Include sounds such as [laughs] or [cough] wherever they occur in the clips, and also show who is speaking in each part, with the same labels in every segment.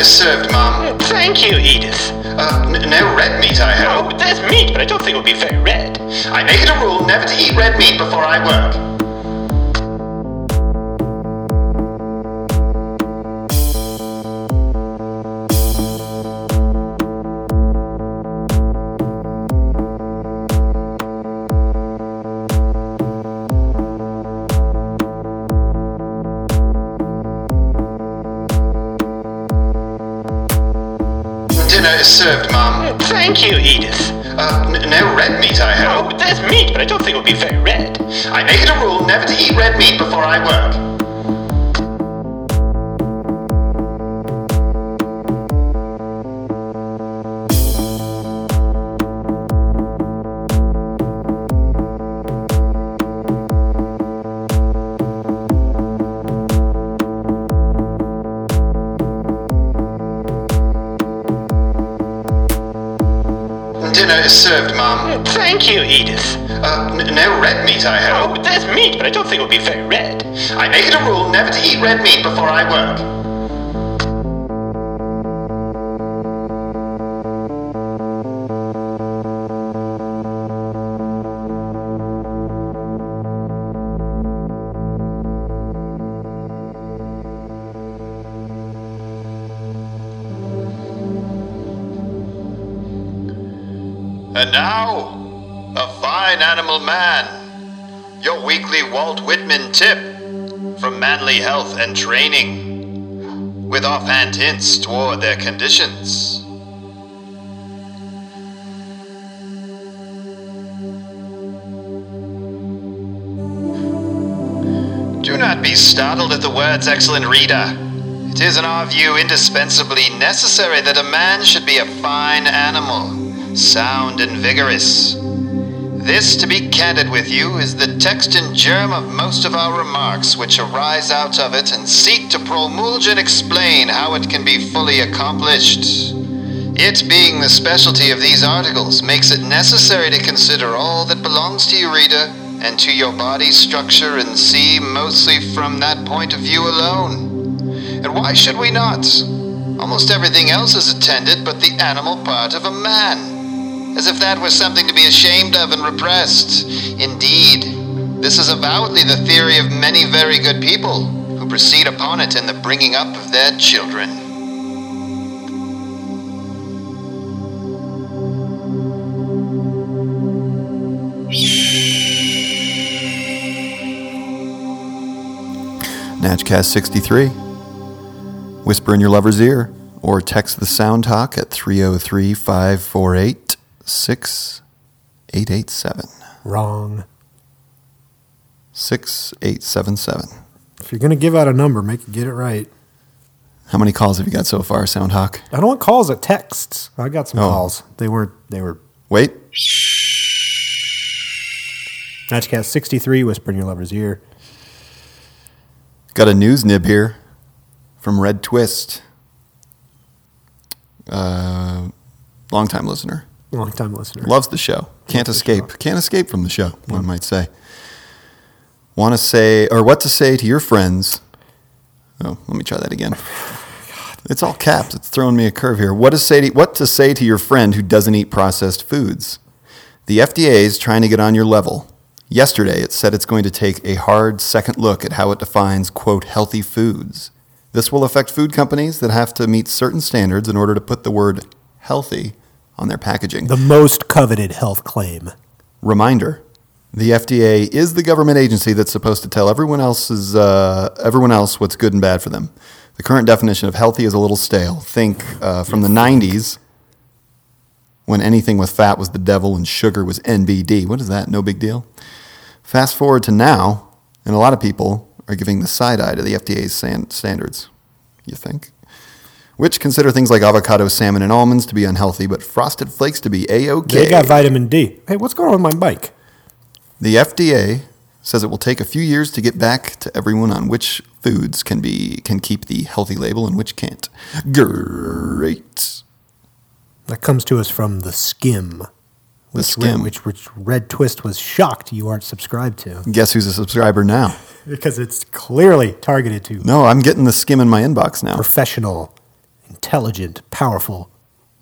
Speaker 1: is served, Mum.
Speaker 2: Oh, Thank you, Edith.
Speaker 1: Uh, n- no red meat, I hope.
Speaker 2: Oh, there's meat, but I don't think it'll be very red.
Speaker 1: I make it a rule never to eat red meat before I work. Dinner is served, Mum.
Speaker 2: Oh, Thank you, Edith.
Speaker 1: Uh, n- no red meat, I hope.
Speaker 2: Oh, there's meat, but I don't think it'll be very red.
Speaker 1: I make it a rule never to eat red meat before I work. Dinner is served, Mum.
Speaker 2: Oh, Thank you, Edith.
Speaker 1: Uh, n- no red meat, I hope.
Speaker 2: Oh, there's meat, but I don't think it'll be very red.
Speaker 1: I make it a rule never to eat red meat before I work. And now, a fine animal man, your weekly Walt Whitman tip from Manly Health and Training, with offhand hints toward their conditions. Do not be startled at the words, excellent reader. It is, in our view, indispensably necessary that a man should be a fine animal, sound and vigorous. This, to be candid with you, is the text and germ of most of our remarks, which arise out of it and seek to promulge and explain how it can be fully accomplished. It being the specialty of these articles makes it necessary to consider all that belongs to you, reader, and to your body's structure and see mostly from that point of view alone. And why should we not? Almost everything else is attended but the animal part of a man, as if that were something to be ashamed of and repressed. Indeed, this is avowedly the theory of many very good people who proceed upon it in the bringing up of their children.
Speaker 3: Natchcast 63. Whisper in your lover's ear or text the Sound Hawk at 303 548 6887.
Speaker 4: Wrong.
Speaker 3: 6877.
Speaker 4: If you're going to give out a number, make it get it right.
Speaker 3: How many calls have you got so far, Sound Hawk?
Speaker 4: I don't want calls, I texts. I got some
Speaker 3: Oh.
Speaker 4: calls. They were they were
Speaker 3: Wait.
Speaker 4: Matchcast 63 whisper in your lover's ear.
Speaker 3: Got a news nib here from Red Twist. Uh, long time listener.
Speaker 4: Long time listener.
Speaker 3: Loves the show. Can't escape. Can't escape from the show, one might say. Want to say, or what to say to your friends. Oh, let me try that again. It's all caps. It's throwing me a curve here. What to say to, what to say to your friend who doesn't eat processed foods? The FDA is trying to get on your level. Yesterday, it said it's going to take a hard second look at how it defines, quote, healthy foods. This will affect food companies that have to meet certain standards in order to put the word healthy on their packaging.
Speaker 4: The most coveted health claim.
Speaker 3: Reminder: The FDA is the government agency that's supposed to tell everyone else's uh, everyone else what's good and bad for them. The current definition of healthy is a little stale. Think uh, from the '90s, when anything with fat was the devil and sugar was NBD. What is that? No big deal. Fast forward to now, and a lot of people are giving the side eye to the FDA's san- standards. You think? Which consider things like avocado, salmon, and almonds to be unhealthy, but frosted flakes to be a okay.
Speaker 4: They got vitamin D. Hey, what's going on with my bike?
Speaker 3: The FDA says it will take a few years to get back to everyone on which foods can be can keep the healthy label and which can't. Great.
Speaker 4: That comes to us from the skim. Which
Speaker 3: Skim.
Speaker 4: which which Red Twist was shocked you aren't subscribed to.
Speaker 3: Guess who's a subscriber now?
Speaker 4: Because it's clearly targeted to
Speaker 3: No, I'm getting the skim in my inbox now.
Speaker 4: professional intelligent, powerful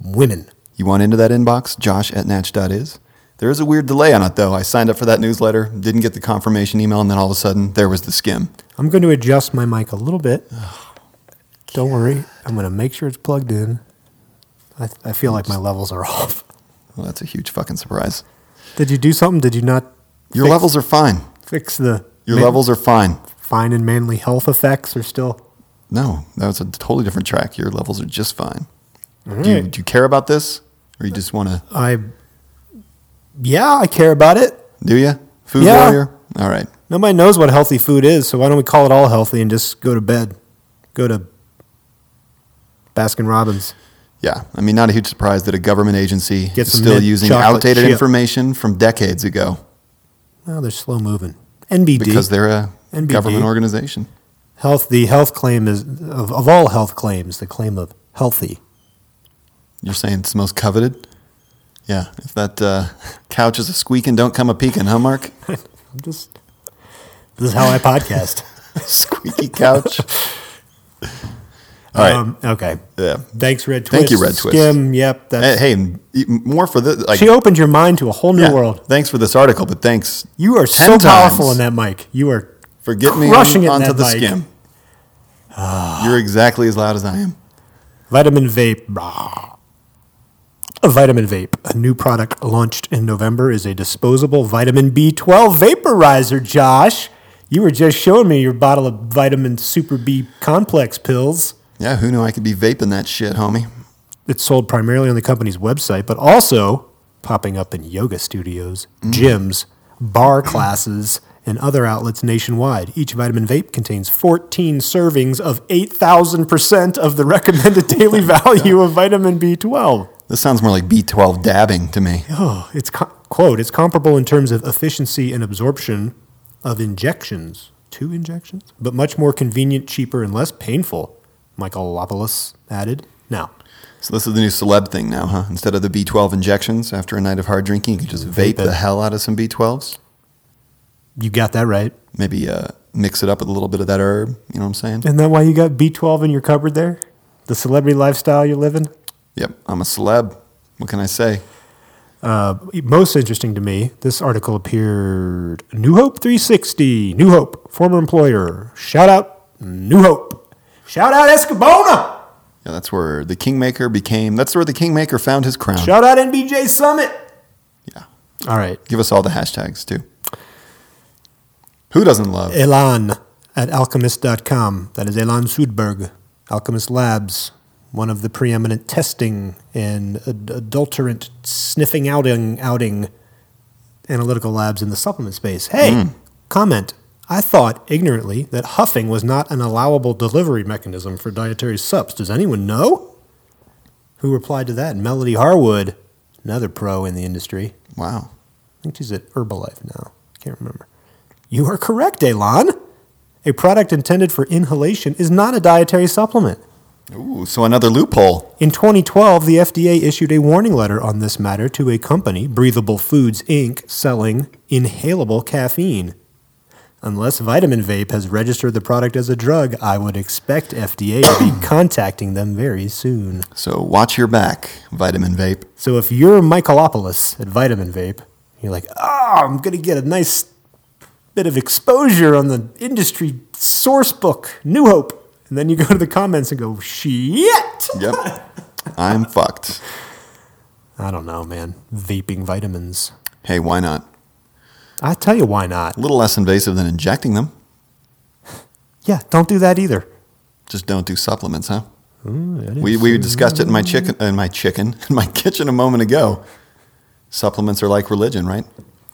Speaker 4: women.
Speaker 3: You want into that inbox? Josh at natch.is. There is a weird delay on it, though. I signed up for that newsletter, didn't get the confirmation email, and then all of a sudden, there was the skim.
Speaker 4: I'm going to adjust my mic a little bit. Don't worry. I'm going to make sure it's plugged in. I, I feel like my levels are [laughs] off.
Speaker 3: Well, that's a huge fucking surprise.
Speaker 4: Did you do something? Did you not
Speaker 3: Your
Speaker 4: Fix-
Speaker 3: levels are fine.
Speaker 4: fix the
Speaker 3: Your
Speaker 4: man-
Speaker 3: levels are fine.
Speaker 4: fine and manly health effects are still?
Speaker 3: No, that was a totally different track. Your levels are just fine. Do, you, do you care about this? Or you just want to,
Speaker 4: I, yeah, I care about it.
Speaker 3: do you? Food
Speaker 4: Yeah.
Speaker 3: warrior? All right.
Speaker 4: Nobody knows what healthy food is, so why don't we call it all healthy and just go to bed? Go to Baskin Robbins.
Speaker 3: Yeah, I mean, not a huge surprise that a government agency
Speaker 4: Get
Speaker 3: is
Speaker 4: some
Speaker 3: still
Speaker 4: mint
Speaker 3: using
Speaker 4: chocolate
Speaker 3: outdated
Speaker 4: chip.
Speaker 3: information from decades ago
Speaker 4: Well, they're slow moving. NBD.
Speaker 3: because they're a
Speaker 4: NBD.
Speaker 3: government organization.
Speaker 4: health, the health claim is, of, of all health claims, the claim of healthy.
Speaker 3: You're saying it's the most coveted? Yeah, if that uh, couch is a squeaking, don't come a peeking, huh, Mark? [laughs]
Speaker 4: I'm just, this is how I podcast.
Speaker 3: Squeaky couch. [laughs] All right.
Speaker 4: Um, okay.
Speaker 3: yeah.
Speaker 4: Thanks, Red Twist.
Speaker 3: Thank you, Red Twist.
Speaker 4: Skim, yep.
Speaker 3: Hey,
Speaker 4: That's,
Speaker 3: hey, m- more for the like,
Speaker 4: she opened your mind to a whole new
Speaker 3: yeah,
Speaker 4: world.
Speaker 3: Thanks for this article, but thanks
Speaker 4: You are so
Speaker 3: Ten
Speaker 4: powerful
Speaker 3: times.
Speaker 4: in that mic. You are
Speaker 3: for getting me
Speaker 4: Crushing
Speaker 3: on,
Speaker 4: it in
Speaker 3: onto
Speaker 4: that
Speaker 3: the
Speaker 4: mic. Ah.
Speaker 3: skim. You're exactly as loud as I am.
Speaker 4: Vitamin Vape. Blah. Vitamin Vape, a new product launched in November, is a disposable vitamin B12 vaporizer, Josh. You were just showing me your bottle of vitamin Super B complex pills.
Speaker 3: Yeah, who knew I could be vaping that shit, homie?
Speaker 4: It's sold primarily on the company's website, but also popping up in yoga studios, gyms, bar classes, and other outlets nationwide. Each vitamin vape contains 14 servings of 8,000% of the [laughs] recommended daily value of vitamin B12.
Speaker 3: This sounds more like B12 dabbing to me.
Speaker 4: Oh, it's co- quote, it's comparable in terms of efficiency and absorption of injections, two injections, but much more convenient, cheaper, and less painful, Michael Lopoulos added. Now,
Speaker 3: So this is the new celeb thing now, huh? Instead of the B12 injections after a night of hard drinking, you can just vape,
Speaker 4: Vape it.
Speaker 3: the hell out of some B12s.
Speaker 4: you got that right.
Speaker 3: Maybe uh, mix it up with a little bit of that herb. You know what I'm saying?
Speaker 4: Isn't that why you got B12 in your cupboard there? The celebrity lifestyle you're living?
Speaker 3: Yep, I'm a celeb. What can I say?
Speaker 4: Most interesting to me, this article appeared New Hope 360, New Hope, former employer. Shout out New Hope. Shout out Escabona.
Speaker 3: Yeah, that's where the Kingmaker became. That's where the Kingmaker found his crown.
Speaker 4: Shout out NBJ Summit.
Speaker 3: Yeah.
Speaker 4: All right.
Speaker 3: Give us all the hashtags too. Who doesn't love?
Speaker 4: Elan at alchemist.com. That is Elan Sudberg, Alchemist Labs, one of the preeminent testing and ad- adulterant sniffing outing, outing analytical labs in the supplement space. Hey, comment. I thought ignorantly that huffing was not an allowable delivery mechanism for dietary subs. Does anyone know? Who replied to that? Melody Harwood, another pro in the industry.
Speaker 3: Wow.
Speaker 4: I think she's at Herbalife now. Can't remember. You are correct, Elon. A product intended for inhalation is not a dietary supplement.
Speaker 3: Ooh, so another loophole.
Speaker 4: In 2012, the FDA issued a warning letter on this matter to a company, Breathable Foods Inc., selling inhalable caffeine. Unless Vitamin Vape has registered the product as a drug, I would expect FDA to be contacting them very soon.
Speaker 3: So watch your back, vitamin vape.
Speaker 4: So if you're Michaelopoulos at Vitamin Vape, you're like, ah, I'm going to get a nice bit of exposure on the industry source book, New Hope. And then you go to the comments and go, shit.
Speaker 3: Yep.
Speaker 4: [laughs]
Speaker 3: I'm fucked.
Speaker 4: I don't know, man. Vaping vitamins.
Speaker 3: Hey, why not?
Speaker 4: I tell you why not.
Speaker 3: A little less invasive than injecting them.
Speaker 4: Yeah, don't do that either.
Speaker 3: Just don't do supplements, huh? We, we discussed it in my chicken in my chicken [laughs] in my kitchen a moment ago. Supplements are like religion, right?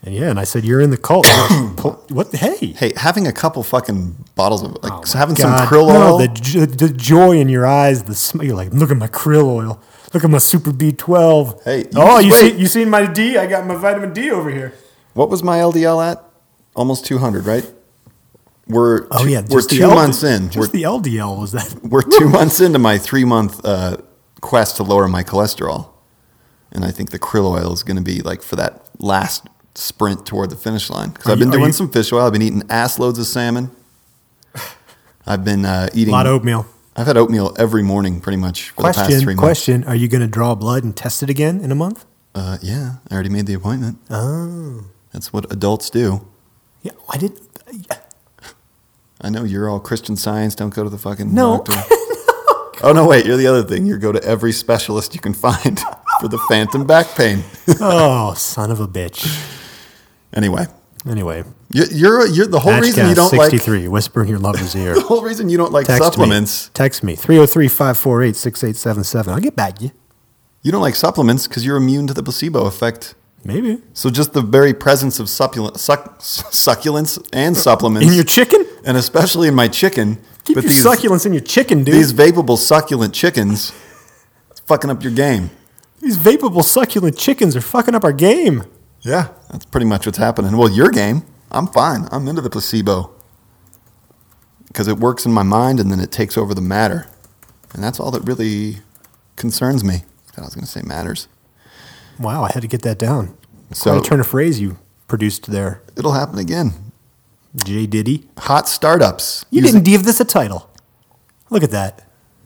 Speaker 4: And yeah, and I said, you're in the cult. [coughs] Pull- what? Hey.
Speaker 3: Hey, having a couple fucking bottles of like
Speaker 4: Oh my
Speaker 3: having some
Speaker 4: God.
Speaker 3: krill
Speaker 4: No,
Speaker 3: oil.
Speaker 4: the, jo- the joy in your eyes, the sm- you're like, look at my krill oil, look at my Super B12.
Speaker 3: Hey, you
Speaker 4: oh,
Speaker 3: just
Speaker 4: you
Speaker 3: wait.
Speaker 4: see, you seen my D? I got my vitamin D over here.
Speaker 3: what was my LDL at? Almost 200, right? We're
Speaker 4: Oh
Speaker 3: two-
Speaker 4: yeah,
Speaker 3: we're
Speaker 4: just the
Speaker 3: two
Speaker 4: LD
Speaker 3: months in.
Speaker 4: Just
Speaker 3: We're,
Speaker 4: the LDL was [laughs] that?
Speaker 3: we're two months into my three month uh, quest to lower my cholesterol, and I think the krill oil is going to be like for that last sprint toward the finish line. Because I've
Speaker 4: you-
Speaker 3: been
Speaker 4: are
Speaker 3: doing
Speaker 4: you- [laughs]
Speaker 3: some fish oil. I've been eating ass loads of salmon. I've been uh,
Speaker 4: A
Speaker 3: eating
Speaker 4: lot of oatmeal.
Speaker 3: I've had oatmeal every morning pretty much for the past three
Speaker 4: Question,
Speaker 3: months.
Speaker 4: question. Are you going to draw blood and test it again in a month?
Speaker 3: Uh, yeah, I already made the appointment.
Speaker 4: Oh.
Speaker 3: That's what adults do.
Speaker 4: Yeah, I didn't. yeah.
Speaker 3: I know you're all Christian Science. Don't go to the fucking
Speaker 4: [laughs] No.
Speaker 3: doctor. Oh no, wait! You're the other thing. You go to every specialist you can
Speaker 4: [laughs]
Speaker 3: find for the phantom back pain.
Speaker 4: Oh, son of a bitch.
Speaker 3: anyway,
Speaker 4: Anyway,
Speaker 3: you- you're you're the whole reason you
Speaker 4: Matchcast
Speaker 3: don't like
Speaker 4: 63, whisper in your lover's ear.
Speaker 3: [laughs] the whole reason you don't like
Speaker 4: Text
Speaker 3: supplements.
Speaker 4: me. Text me. 303 548 6877. I'll get back to you.
Speaker 3: You don't like supplements because you're immune to the placebo effect.
Speaker 4: Maybe.
Speaker 3: So just the very presence of succulent, suck, succulents
Speaker 4: [laughs]
Speaker 3: and supplements,
Speaker 4: In your chicken?
Speaker 3: and especially in my chicken,
Speaker 4: Keep
Speaker 3: but
Speaker 4: your
Speaker 3: these
Speaker 4: succulents in your chicken, dude.
Speaker 3: these
Speaker 4: These,
Speaker 3: vapable succulent chickens, it's fucking up your game.
Speaker 4: vapable succulent chickens are fucking up our game.
Speaker 3: Yeah, that's pretty much what's happening. Well, your game, I'm fine. I'm into the placebo because it works in my mind and then it takes over the matter, and that's all that really concerns me. I was going to say matters.
Speaker 4: Wow, I had to get that down.
Speaker 3: So-
Speaker 4: So, Quite a turn of phrase you produced there,
Speaker 3: It'll happen again.
Speaker 4: J. Diddy.
Speaker 3: Hot startups.
Speaker 4: You
Speaker 3: using-
Speaker 4: didn't give this a title. Look at that.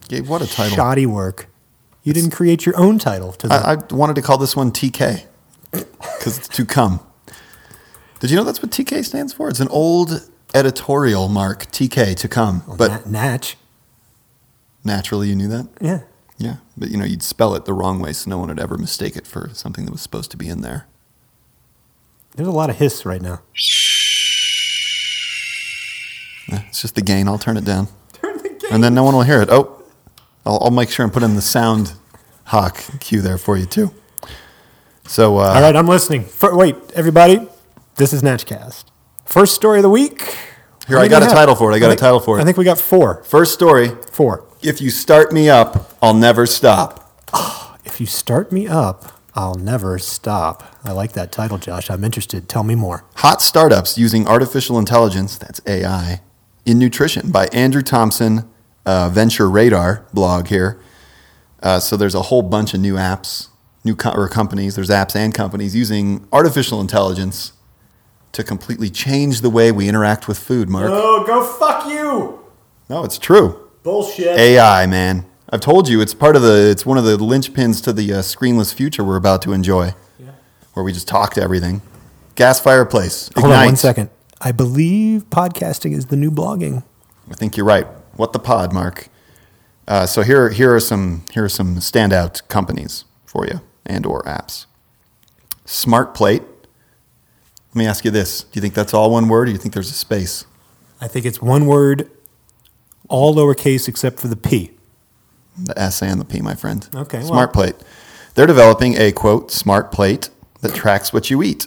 Speaker 3: gave what a title. Uh,
Speaker 4: Shoddy work. You didn't create your own title to the
Speaker 3: I, I wanted to call this one TK because it's to come. Did you know that's what TK stands for? It's an old editorial mark, TK to come. But
Speaker 4: Na- Natch.
Speaker 3: naturally, you knew that.
Speaker 4: Yeah.
Speaker 3: Yeah, but you know, you'd spell it the wrong way, so no one would ever mistake it for something that was supposed to be in there.
Speaker 4: There's a lot of hiss right now.
Speaker 3: Eh, It's just the gain. I'll turn it down. And then no one will hear it. Oh, I'll, I'll make sure and put in the sound hawk cue there for you too. So, uh,
Speaker 4: All right, I'm listening. Fir- wait, everybody, this is Natchcast. First story of the week.
Speaker 3: Here,
Speaker 4: What
Speaker 3: I
Speaker 4: do
Speaker 3: got
Speaker 4: we
Speaker 3: a
Speaker 4: have?
Speaker 3: title for it. I got a
Speaker 4: think-
Speaker 3: title for it.
Speaker 4: I think we got four.
Speaker 3: first story
Speaker 4: Four.
Speaker 3: if you start me up, I'll never stop.
Speaker 4: If you start me up, I'll never stop. I like that title, Josh. I'm interested. Tell me more.
Speaker 3: Hot startups using artificial intelligence, that's AI, in nutrition by Andrew Thompson, uh, Venture Radar blog here. Uh, so there's a whole bunch of new apps, new co- or companies. There's apps and companies using artificial intelligence to completely change the way we interact with food. Mark,
Speaker 4: Oh, go fuck you!
Speaker 3: no, it's true.
Speaker 4: Bullshit.
Speaker 3: AI, man. I've told you it's part of the it's one of the linchpins to the uh, screenless future we're about to enjoy, where we just talk to everything. Gas fireplace.
Speaker 4: Hold on one
Speaker 3: Ignite.
Speaker 4: second. I believe podcasting is the new blogging.
Speaker 3: I think you're right. What the pod, Mark? Uh, so here, here are some here are some standout companies for you and or apps. Smart Plate. Let me ask you this: Do you think that's all one word, or do you think there's a space?
Speaker 4: I think it's one word, all lowercase except for the P.
Speaker 3: The S and the P, my friend.
Speaker 4: Okay, well-
Speaker 3: Smart plate. They're developing a quote smart plate that tracks what you eat.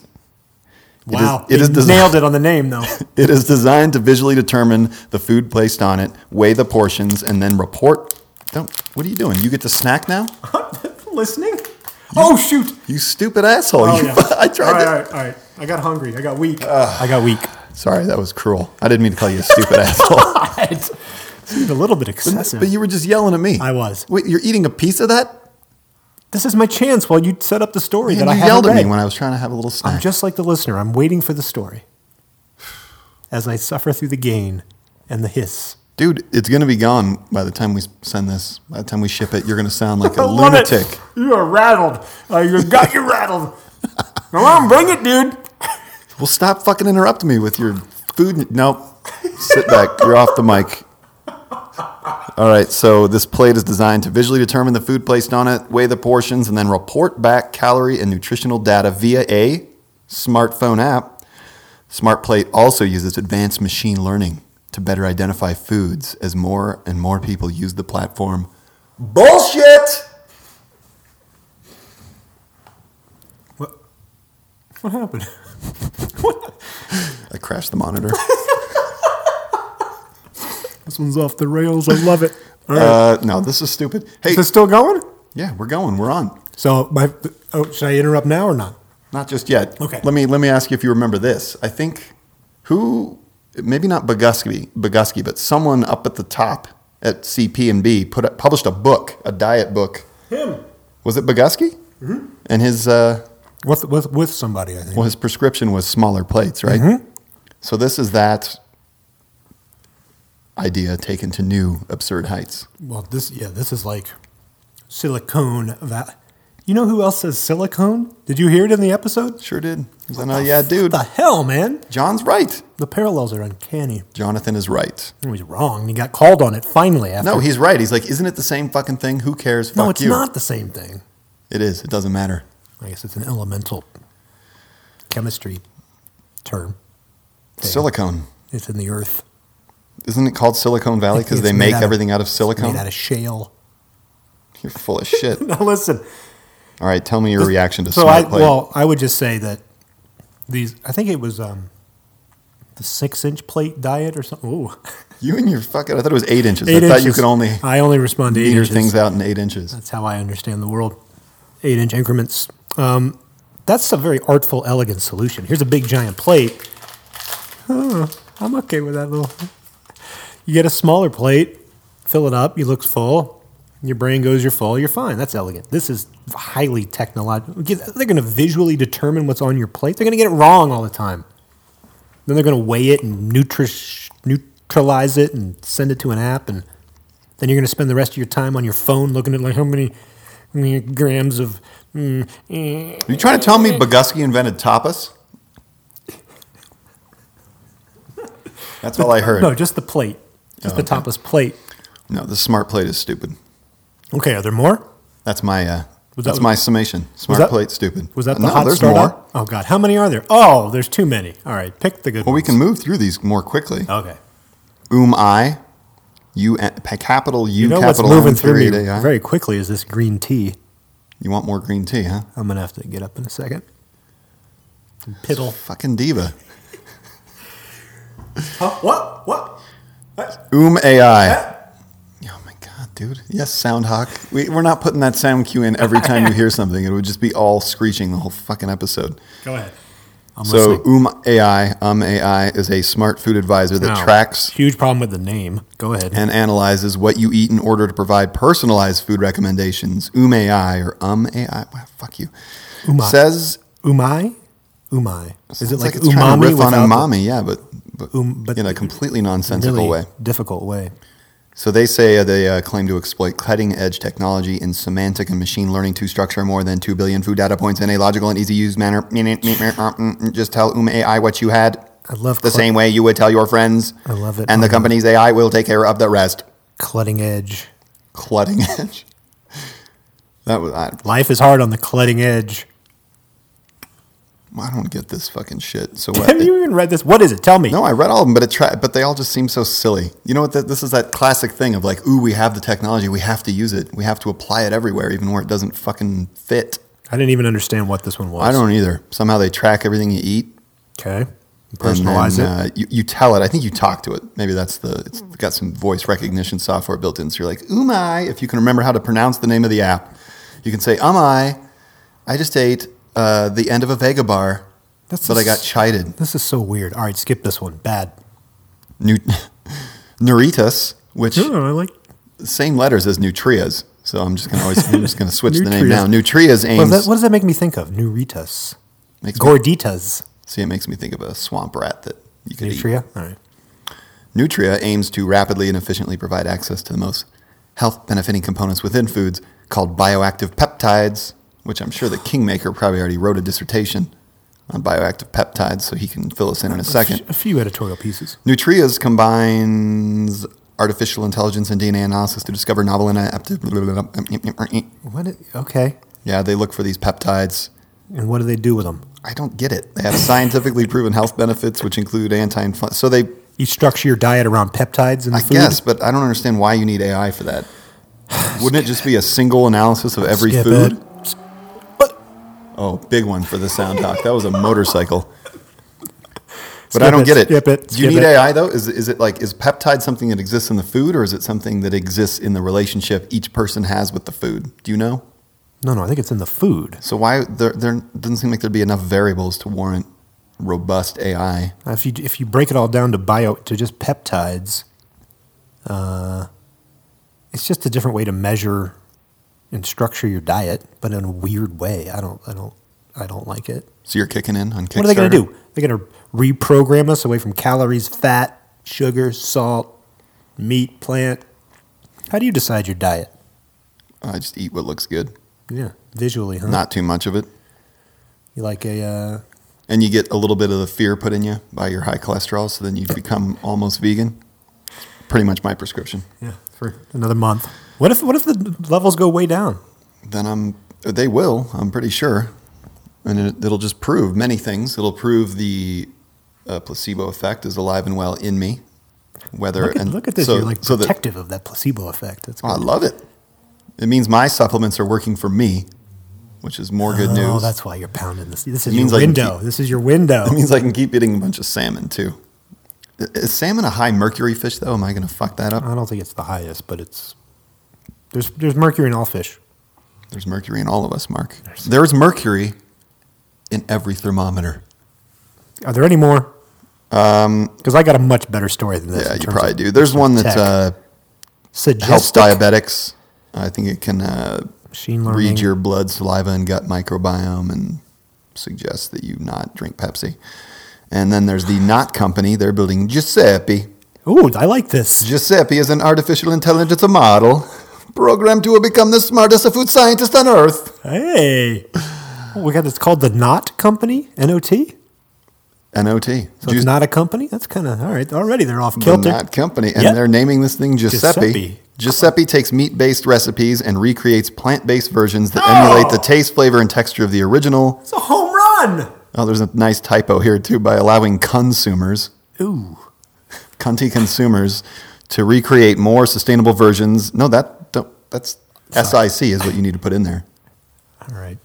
Speaker 3: It is-
Speaker 4: Wow.
Speaker 3: It is,
Speaker 4: They
Speaker 3: desi-
Speaker 4: nailed it on the name, though.
Speaker 3: It is designed to visually determine the food placed on it, weigh the portions, and then report. Don't. What are you doing? You get to snack now?
Speaker 4: [laughs] Listening? Oh, shoot!
Speaker 3: You stupid asshole!
Speaker 4: Oh,
Speaker 3: You-
Speaker 4: yeah.
Speaker 3: [laughs] I tried.
Speaker 4: All right,
Speaker 3: to-
Speaker 4: all right, all right. I got hungry. I got weak. [sighs] I got weak.
Speaker 3: Sorry, that was cruel. I didn't mean to call you a stupid [laughs] asshole.
Speaker 4: Seemed a little bit excessive.
Speaker 3: But you were just yelling at me.
Speaker 4: I was.
Speaker 3: Wait, you're eating a piece of that?
Speaker 4: this is my chance while you set up the story
Speaker 3: And
Speaker 4: that I
Speaker 3: you
Speaker 4: haven't
Speaker 3: yelled at
Speaker 4: read.
Speaker 3: me when I was trying to have a little snack.
Speaker 4: I'm just like the listener. I'm waiting for the story as I suffer through the gain and the hiss.
Speaker 3: Dude, it's gonna be gone by the time we send this. By the time we ship it, you're gonna sound like a
Speaker 4: [laughs] I love it.
Speaker 3: lunatic.
Speaker 4: You are rattled. Uh, you got you [laughs] rattled. Come on, bring it, dude.
Speaker 3: Well, stop fucking interrupting me with your food. Nope. Sit back. You're off the mic. All right. So this plate is designed to visually determine the food placed on it, weigh the portions, and then report back calorie and nutritional data via a smartphone app. Smart Plate also uses advanced machine learning to better identify foods as more and more people use the platform. Bullshit.
Speaker 4: What happened?
Speaker 3: I crashed the
Speaker 4: [laughs]
Speaker 3: monitor.
Speaker 4: This one's off the rails. I love it. All right.
Speaker 3: Uh, no, this is stupid. Hey,
Speaker 4: is this still going?
Speaker 3: yeah, we're going. We're on.
Speaker 4: So, my oh, should I interrupt now or not?
Speaker 3: Not just yet.
Speaker 4: Okay.
Speaker 3: Let me let me ask you if you remember this. I think who maybe not Bogusky, Bogusky, but someone up at the top at CP and B put up, published a book, a diet book.
Speaker 4: Him.
Speaker 3: Was it Bogusky? Mm-hmm. And his uh,
Speaker 4: With with with somebody, I think.
Speaker 3: well, his
Speaker 4: Mm-hmm.
Speaker 3: prescription was smaller plates, right? So this is that idea taken to new absurd heights.
Speaker 4: Well, this yeah, this is like silicone. That you know who else says silicone? Did you hear it in the episode?
Speaker 3: Sure did. He's like, "Oh, yeah, dude.
Speaker 4: The hell, man!
Speaker 3: John's right.
Speaker 4: The parallels are uncanny.
Speaker 3: Jonathan is right.
Speaker 4: No, he's wrong. He got called on it finally. After
Speaker 3: No, he's right. He's like, isn't it the same fucking thing? Who cares? Fuck
Speaker 4: no, it's
Speaker 3: you.
Speaker 4: not the same thing.
Speaker 3: It is. It doesn't matter.
Speaker 4: I guess it's an elemental chemistry term. Thing.
Speaker 3: Silicone.
Speaker 4: It's in the earth.
Speaker 3: Isn't it called Silicon
Speaker 4: [laughs]
Speaker 3: Valley because
Speaker 4: It's
Speaker 3: they
Speaker 4: made
Speaker 3: make
Speaker 4: out of-
Speaker 3: everything out of
Speaker 4: It's made
Speaker 3: silicone?
Speaker 4: out of shale. [laughs]
Speaker 3: You're full of shit.
Speaker 4: Now listen.
Speaker 3: All right, tell me your reaction to
Speaker 4: So
Speaker 3: Smart
Speaker 4: I
Speaker 3: Plate.
Speaker 4: well, I would just say that these. I think it was um, the six-inch plate diet or something. Ooh,
Speaker 3: you and your fucking. I thought it was eight inches.
Speaker 4: Eight
Speaker 3: I thought you
Speaker 4: inches.
Speaker 3: could only
Speaker 4: I only respond to eight
Speaker 3: meter
Speaker 4: inches.
Speaker 3: things out in eight inches.
Speaker 4: That's how I understand the world. Eight-inch increments. Um, that's a very artful, elegant solution. Here's a big giant plate. Huh, I'm okay with that little. You get a smaller plate, fill it up. You look full. Your brain goes, you're full. You're fine. That's elegant. This is highly technological. They're going to visually determine what's on your plate. They're going to get it wrong all the time. Then they're going to weigh it and neutri- neutralize it and send it to an app, and then you're going to spend the rest of your time on your phone looking at like how many mm, grams of. Mm, eh.
Speaker 3: Are you trying to tell me Bogusky invented tapas? That's all I
Speaker 4: [laughs]
Speaker 3: heard.
Speaker 4: No, just the plate, just
Speaker 3: Oh,
Speaker 4: the
Speaker 3: okay.
Speaker 4: topless plate.
Speaker 3: No, the Smart Plate is stupid.
Speaker 4: Okay, are there more?
Speaker 3: That's my uh,
Speaker 4: Was
Speaker 3: that's
Speaker 4: that-
Speaker 3: my summation. Smart
Speaker 4: that-
Speaker 3: Plate, stupid.
Speaker 4: Was that the
Speaker 3: no?
Speaker 4: hot
Speaker 3: there's
Speaker 4: start
Speaker 3: more.
Speaker 4: up? Oh God, how many are there? Oh, there's too many. All right, pick the good.
Speaker 3: Well, we
Speaker 4: ones.
Speaker 3: can move through these more quickly.
Speaker 4: Okay.
Speaker 3: Um, I, you, uh, pa- capital U,
Speaker 4: You know what's
Speaker 3: capital
Speaker 4: moving
Speaker 3: M,
Speaker 4: through me
Speaker 3: period, AI.
Speaker 4: very quickly is this green tea.
Speaker 3: You want more green tea, huh?
Speaker 4: I'm gonna have to get up in a second. Piddle.
Speaker 3: Fucking diva.
Speaker 4: What? What?
Speaker 3: Um
Speaker 4: [laughs]
Speaker 3: AI. Oh my god, dude. Yes, Soundhawk. We, we're not putting that sound cue in every time you hear something. It would just be all screeching the whole fucking episode.
Speaker 4: Go ahead. I'm
Speaker 3: So Um AI, Um AI is a smart food advisor that
Speaker 4: Now,
Speaker 3: tracks
Speaker 4: Huge problem with the name. Go ahead.
Speaker 3: and analyzes what you eat in order to provide personalized food recommendations. Um AI or Um AI, wow, fuck you.
Speaker 4: Umai.
Speaker 3: Says
Speaker 4: umai? Umai. Is it
Speaker 3: it's
Speaker 4: like,
Speaker 3: it's trying
Speaker 4: umami
Speaker 3: to riff on
Speaker 4: without the-
Speaker 3: umami? Yeah, but, but,
Speaker 4: Um, but
Speaker 3: in a completely nonsensical
Speaker 4: really
Speaker 3: way.
Speaker 4: Difficult way.
Speaker 3: So they say uh, they uh, claim to exploit cutting edge technology in semantic and machine learning to structure more than 2 billion food data points in a logical and easy to use manner. Just tell UMA AI what you had
Speaker 4: I love
Speaker 3: the
Speaker 4: cl-
Speaker 3: same way you would tell your friends.
Speaker 4: I love it. Um,
Speaker 3: And the company's AI will take care of the rest.
Speaker 4: Clutting edge.
Speaker 3: Clutting edge. [laughs] That was, I,
Speaker 4: Life is hard on the clutting edge.
Speaker 3: I don't get this fucking shit. So [laughs] what?
Speaker 4: Have you even read this? What is it? Tell me.
Speaker 3: No, I read all of them, but it tra- but they all just seem so silly. You know what? Th- this is that classic thing of like, ooh, we have the technology, we have to use it, we have to apply it everywhere, even where it doesn't fucking fit.
Speaker 4: I didn't even understand what this one was.
Speaker 3: I don't either. Somehow they track everything you eat,
Speaker 4: Okay.
Speaker 3: and
Speaker 4: Personalize it.
Speaker 3: then, Uh, you, you tell it. I think you talk to it. Maybe that's the. It's got some voice recognition software built in. So you're like, umai, if you can remember how to pronounce the name of the app, you can say, umai, I just ate uh, the end of a Vega bar,
Speaker 4: That's
Speaker 3: but I got
Speaker 4: just-
Speaker 3: chided.
Speaker 4: This is so weird. All right, skip this one. Bad.
Speaker 3: [laughs] Nu- Nuritas, which
Speaker 4: I like.
Speaker 3: same letters as Nutria's. So I'm just gonna always I'm just gonna switch the name
Speaker 4: Nutria's.
Speaker 3: now. Nutria's
Speaker 4: What,
Speaker 3: aims.
Speaker 4: does that, what does that make me think of? Nuritas.
Speaker 3: makes me-
Speaker 4: Gorditas.
Speaker 3: see, it makes me think of a swamp rat that you could eat.
Speaker 4: Nutria. All right.
Speaker 3: Nutria aims to rapidly and efficiently provide access to the most health benefiting components within foods called bioactive peptides, which I'm sure the Kingmaker probably already wrote a dissertation on bioactive peptides, so he can fill us in in a second.
Speaker 4: A few editorial pieces.
Speaker 3: Nutria's combines artificial intelligence and DNA analysis to discover novel and adaptive.
Speaker 4: What? i- okay.
Speaker 3: Yeah, they look for these peptides.
Speaker 4: And what do they do with them?
Speaker 3: I don't get it. They have scientifically proven health benefits, which include anti-inflammatory. So they,
Speaker 4: You structure your diet around peptides and
Speaker 3: I
Speaker 4: food.
Speaker 3: guess, but I don't understand why you need AI for that. Wouldn't it just be a single analysis of every
Speaker 4: Skip
Speaker 3: food?
Speaker 4: it. S- What?
Speaker 3: Oh, big one for the sound doc. That was a motorcycle. But
Speaker 4: Skip
Speaker 3: I don't
Speaker 4: it,
Speaker 3: get it.
Speaker 4: skip it,
Speaker 3: Do you
Speaker 4: skip
Speaker 3: need
Speaker 4: it.
Speaker 3: AI though? Is is it like is peptide something that exists in the food, or is it something that exists in the relationship each person has with the food? Do you know?
Speaker 4: No, no. I think it's in the food.
Speaker 3: So why there there doesn't seem like there'd be enough variables to warrant robust AI.
Speaker 4: Uh, If you if you break it all down to bio to just peptides, uh, it's just a different way to measure and structure your diet, but in a weird way. I don't. I don't. I don't like it.
Speaker 3: So you're kicking in on Kickstarter.
Speaker 4: What are they going to do? They're going to reprogram us away from calories, fat, sugar, salt, meat, plant. How do you decide your diet?
Speaker 3: I just eat what looks good,
Speaker 4: Yeah, visually, huh?
Speaker 3: not too much of it.
Speaker 4: you like a uh,
Speaker 3: And you get a little bit of the fear put in you by your high cholesterol, so then you become almost vegan. Pretty much my prescription.
Speaker 4: yeah for another month. What if what if the levels go way down?
Speaker 3: Then I'm, they will, I'm pretty sure. And it, it'll just prove many things. It'll prove the uh, placebo effect is alive and well in me. Whether
Speaker 4: Look at,
Speaker 3: and
Speaker 4: look at this.
Speaker 3: so-
Speaker 4: You're like
Speaker 3: so that-
Speaker 4: protective of that placebo effect. That's
Speaker 3: Oh, I
Speaker 4: good.
Speaker 3: love it. It means my supplements are working for me, which is more good
Speaker 4: Oh,
Speaker 3: news.
Speaker 4: that's why you're pounding this. This is
Speaker 3: means
Speaker 4: your
Speaker 3: I can
Speaker 4: window.
Speaker 3: keep-
Speaker 4: This is your window.
Speaker 3: It means I can keep eating a bunch of salmon too. I- Is salmon a high mercury fish though? Am I going to fuck that up?
Speaker 4: I don't think it's the highest, but it's there's there's mercury in all fish.
Speaker 3: There's mercury in all of us, Mark. There's mercury in every thermometer.
Speaker 4: Are there any more? Because I got a much better story than this.
Speaker 3: Um, Yeah,
Speaker 4: in
Speaker 3: you
Speaker 4: terms
Speaker 3: probably
Speaker 4: of
Speaker 3: do. There's one that
Speaker 4: tech.
Speaker 3: uh, helps
Speaker 4: suggestic
Speaker 3: diabetics. I think it can uh,
Speaker 4: machine learning.
Speaker 3: read your blood, saliva, and gut microbiome and suggest that you not drink Pepsi. And then there's the Not Company. They're building Giuseppe.
Speaker 4: Ooh, I like this.
Speaker 3: Giuseppe is an artificial intelligence model programmed to become the smartest food scientist on Earth. [sighs]
Speaker 4: Hey, oh, we got it's called the Knot Company. N O T.
Speaker 3: NOT.
Speaker 4: So it's not a company. That's kind of all right. Already they're off
Speaker 3: the
Speaker 4: kilter.
Speaker 3: Knot Company, and
Speaker 4: Yep.
Speaker 3: they're naming this thing Giuseppe.
Speaker 4: Giuseppe.
Speaker 3: Giuseppe, takes meat based recipes and recreates plant based versions that emulate the taste, flavor, and texture of the original.
Speaker 4: it's a home run.
Speaker 3: Oh, there's a nice typo here, too, by allowing consumers,
Speaker 4: Ooh,
Speaker 3: cunty consumers, to recreate more sustainable versions. No, that don't, that's SIC is what you need to put in there.
Speaker 4: all right.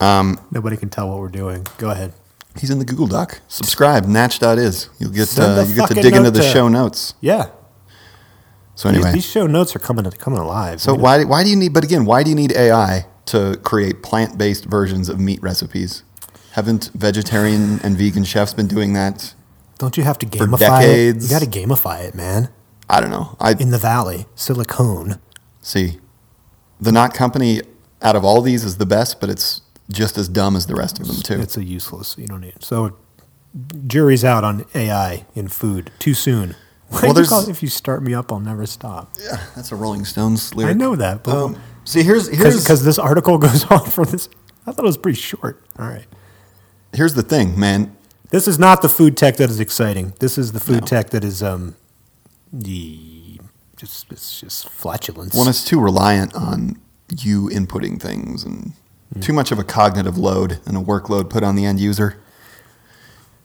Speaker 4: Um, nobody can tell what we're doing. Go ahead.
Speaker 3: He's in the Google Doc. Subscribe, natch.is. You'll get
Speaker 4: Send
Speaker 3: uh,
Speaker 4: the
Speaker 3: you get to
Speaker 4: fucking
Speaker 3: dig into
Speaker 4: note
Speaker 3: the
Speaker 4: to-
Speaker 3: show notes.
Speaker 4: Yeah.
Speaker 3: So
Speaker 4: These-
Speaker 3: anyway,
Speaker 4: These, show notes are coming coming alive.
Speaker 3: so why why do you need? But again, why do you need AI to create plant based versions of meat recipes? Haven't vegetarian and vegan chefs been doing that?
Speaker 4: don't you have to gamify
Speaker 3: decades.
Speaker 4: it? You got to gamify it, man.
Speaker 3: I don't know. I
Speaker 4: In the valley, silicone.
Speaker 3: see. The Not Company out of all these is the best, but it's just as dumb as the rest of them too.
Speaker 4: It's a useless. You don't need. So, jury's out on AI in food too soon. Why do you
Speaker 3: there's-
Speaker 4: call it, if you start me up, I'll never stop.
Speaker 3: yeah, that's a Rolling Stones lyric.
Speaker 4: I know that, but
Speaker 3: Um, see, here's here's
Speaker 4: because this article [laughs] goes on for this. I thought it was pretty short. All right.
Speaker 3: here's the thing, man.
Speaker 4: This is not the food tech that is exciting. This is the food
Speaker 3: No.
Speaker 4: tech that is um, the just it's just flatulence.
Speaker 3: Well, and it's too reliant on you inputting things and
Speaker 4: Hmm.
Speaker 3: too much of a cognitive load and a workload put on the end user.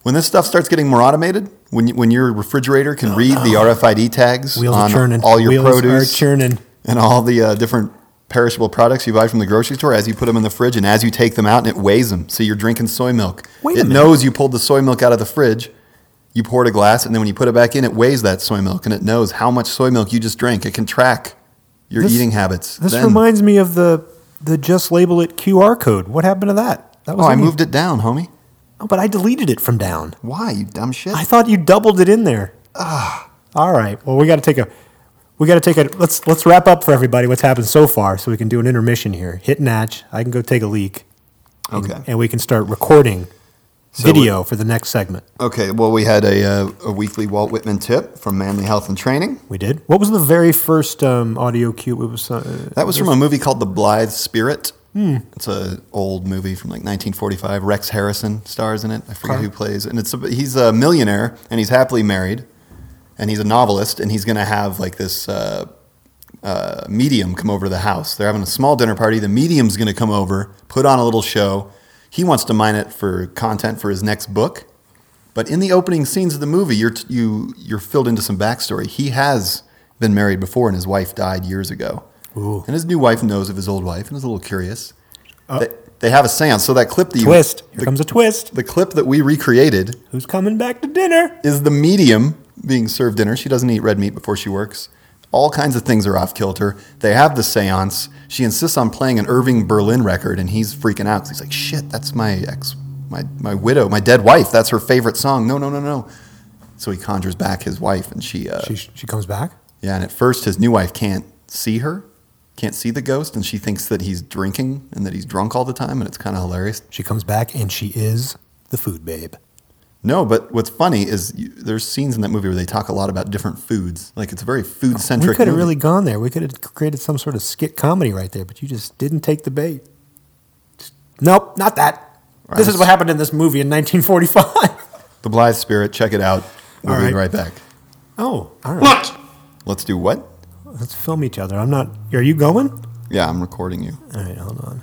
Speaker 3: When this stuff starts getting more automated, when, you, when your refrigerator can read the RFID tags
Speaker 4: Oh, Wheels are
Speaker 3: on
Speaker 4: churning.
Speaker 3: all your
Speaker 4: Wheels are
Speaker 3: produce
Speaker 4: churning.
Speaker 3: and all the uh, different perishable products you buy from the grocery store as you put them in the fridge and as you take them out and it weighs them. So you're drinking soy milk.
Speaker 4: Wait a
Speaker 3: it
Speaker 4: minute.
Speaker 3: knows you pulled the soy milk out of the fridge. You poured a glass and then when you put it back in, it weighs that soy milk and it knows how much soy milk you just drank. It can track your
Speaker 4: This-
Speaker 3: eating habits.
Speaker 4: This
Speaker 3: then.
Speaker 4: reminds me of the the just label it QR code. What happened to that? That
Speaker 3: Oh, I
Speaker 4: in-
Speaker 3: moved it down, homie.
Speaker 4: Oh, but I deleted it from down.
Speaker 3: Why, you dumb shit?
Speaker 4: I thought you doubled it in there.
Speaker 3: Ah.
Speaker 4: All right. Well, we got to take a. We got to take a. Let's let's wrap up for everybody what's happened so far, so we can do an intermission here. Hit Natch. I can go take a leak,
Speaker 3: okay.
Speaker 4: and we can start recording video for the next segment.
Speaker 3: Okay, well, we had a, uh, a weekly Walt Whitman tip from Manly Health and Training.
Speaker 4: We did. What was the very first um, audio cue? It was. Uh,
Speaker 3: That was from a movie called The Blythe Spirit. It's an old movie from like 1945. Rex Harrison stars in it. I forget
Speaker 4: Okay.
Speaker 3: who plays. And it's a, he's a millionaire and he's happily married and he's a novelist and he's going to have like this uh, uh, medium come over to the house. They're having a small dinner party. The medium's going to come over, put on a little show. He wants to mine it for content for his next book. But in the opening scenes of the movie, you're t- you you're filled into some backstory. He has been married before, and his wife died years ago.
Speaker 4: Ooh. Uh,
Speaker 3: And his new wife knows of his old wife and is a little curious. they, they have a seance. So that clip that you,
Speaker 4: twist. Here
Speaker 3: the,
Speaker 4: comes a twist.
Speaker 3: the clip that we recreated
Speaker 4: Who's coming back to dinner?
Speaker 3: is the medium being served dinner. She doesn't eat red meat before she works. All kinds of things are off kilter. They have the seance. She insists on playing an Irving Berlin record, and he's freaking out. He's like, "Shit, that's my ex, my my widow, my dead wife. That's her favorite song." No, no, no, no. So he conjures back his wife, and she, uh,
Speaker 4: She she comes back.
Speaker 3: yeah. And at first, his new wife can't see her, can't see the ghost, and she thinks that he's drinking and that he's drunk all the time, and it's kind of hilarious.
Speaker 4: She comes back, and she is the food babe.
Speaker 3: No, but what's funny is you, there's scenes in that movie where they talk a lot about different foods. Like it's a very food
Speaker 4: We
Speaker 3: centric.
Speaker 4: could have really gone there. We could have created some sort of skit comedy right there, but you just didn't take the bait. Just- Nope, not that. This is
Speaker 3: Right.
Speaker 4: what happened in this movie in 1945.
Speaker 3: the Blythe Spirit. Check it out. We'll
Speaker 4: All
Speaker 3: be
Speaker 4: right.
Speaker 3: right back.
Speaker 4: oh, all right.
Speaker 2: What?
Speaker 3: Let's do what?
Speaker 4: Let's film each other. I'm not. Are you going?
Speaker 3: Yeah, I'm recording you.
Speaker 4: All right, hold on.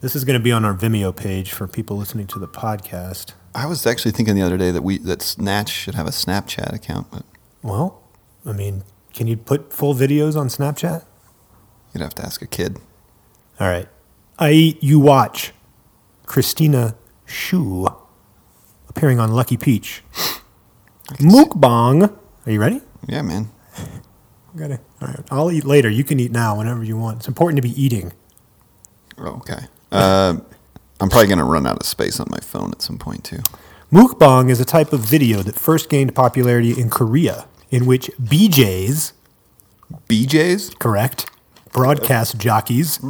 Speaker 4: This is going to be on our Vimeo page for people listening to the podcast.
Speaker 3: I was actually thinking the other day that we that Snatch should have a Snapchat account, but
Speaker 4: Well, I mean, can you put full videos on Snapchat?
Speaker 3: you'd have to ask a kid.
Speaker 4: All right. I eat, you watch. Christina Shu appearing on Lucky Peach. Mukbang. Are you ready?
Speaker 3: Yeah, man.
Speaker 4: Got it. All right. I'll eat later. You can eat now whenever you want. It's important to be eating.
Speaker 3: Oh, okay. Uh, I'm probably gonna run out of space on my phone at some point too.
Speaker 4: Mukbang is a type of video that first gained popularity in Korea, in which BJs
Speaker 3: BJ's.
Speaker 4: correct? Broadcast jockeys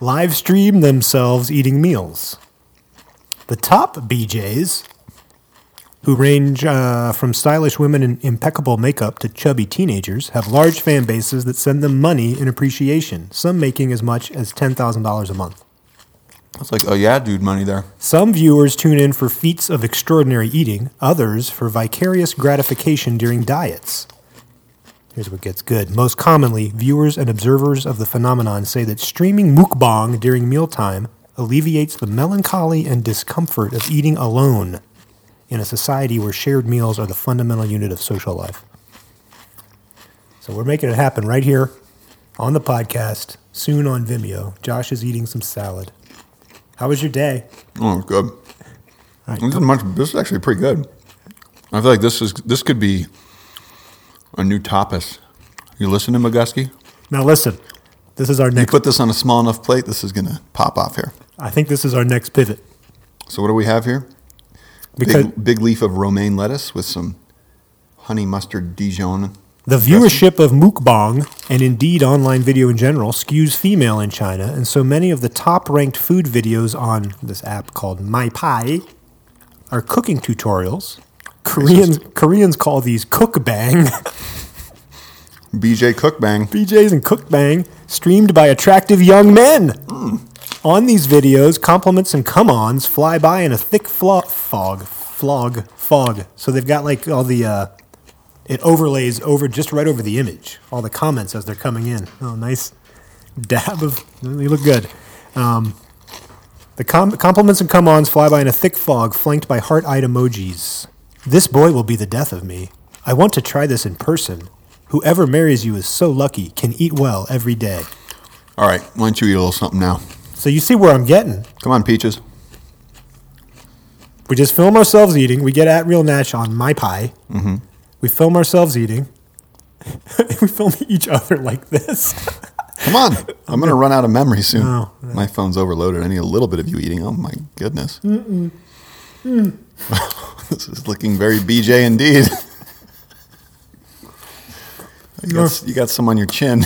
Speaker 4: live stream themselves eating meals. The top BJs, who range uh, from stylish women in impeccable makeup to chubby teenagers, have large fan bases that send them money in appreciation, some making as much as $10,000 a month.
Speaker 3: I was like, oh yeah, dude, money there.
Speaker 4: Some viewers tune in for feats of extraordinary eating, others for vicarious gratification during diets. Here's what gets good. Most commonly, viewers and observers of the phenomenon say that streaming mukbang during mealtime alleviates the melancholy and discomfort of eating alone in a society where shared meals are the fundamental unit of social life. So we're making it happen right here on the podcast, soon on Vimeo. Josh is eating some salad. How was your day?
Speaker 3: Oh, it's good.
Speaker 4: right.
Speaker 3: This is much. This is actually pretty good. I feel like this is this could be a new tapas. You listen to Maguski.
Speaker 4: Now listen, this is our
Speaker 3: You
Speaker 4: next.
Speaker 3: put this on a small enough plate. This is gonna pop off here.
Speaker 4: I think this is our next pivot
Speaker 3: So what do we have here?
Speaker 4: because
Speaker 3: big, big leaf of romaine lettuce with some honey mustard Dijon.
Speaker 4: the viewership of mukbang and indeed online video in general skews female in China, and so many of the top-ranked food videos on this app called MyPie are cooking tutorials. Koreans Koreans call these [laughs] cookbang.
Speaker 3: BJ Cookbang.
Speaker 4: BJ's and Cookbang, streamed by attractive young men. On these videos, compliments and come ons fly by in a thick flo- fog. Flog. Fog. So they've got like all the. Uh, it overlays over just right over the image, all the comments as they're coming in. Oh, nice dab of. They look good. Um, the com- compliments and come ons fly by in a thick fog, flanked by heart eyed emojis. This boy will be the death of me. I want to try this in person. Whoever marries you is so lucky, can eat well every day.
Speaker 3: All right, why don't you eat a little something now?
Speaker 4: So you see where I'm getting.
Speaker 3: Come on, peaches.
Speaker 4: We just film ourselves eating. We get at Real Natch on my pie. Mm-hmm. We film ourselves eating. [laughs] we film each other like this. [laughs]
Speaker 3: Come on. I'm going to run out of memory soon.
Speaker 4: Oh,
Speaker 3: My phone's overloaded. I need a little bit of you eating. Oh, my goodness. [laughs] this is looking very BJ indeed. you, got, you got some on your chin.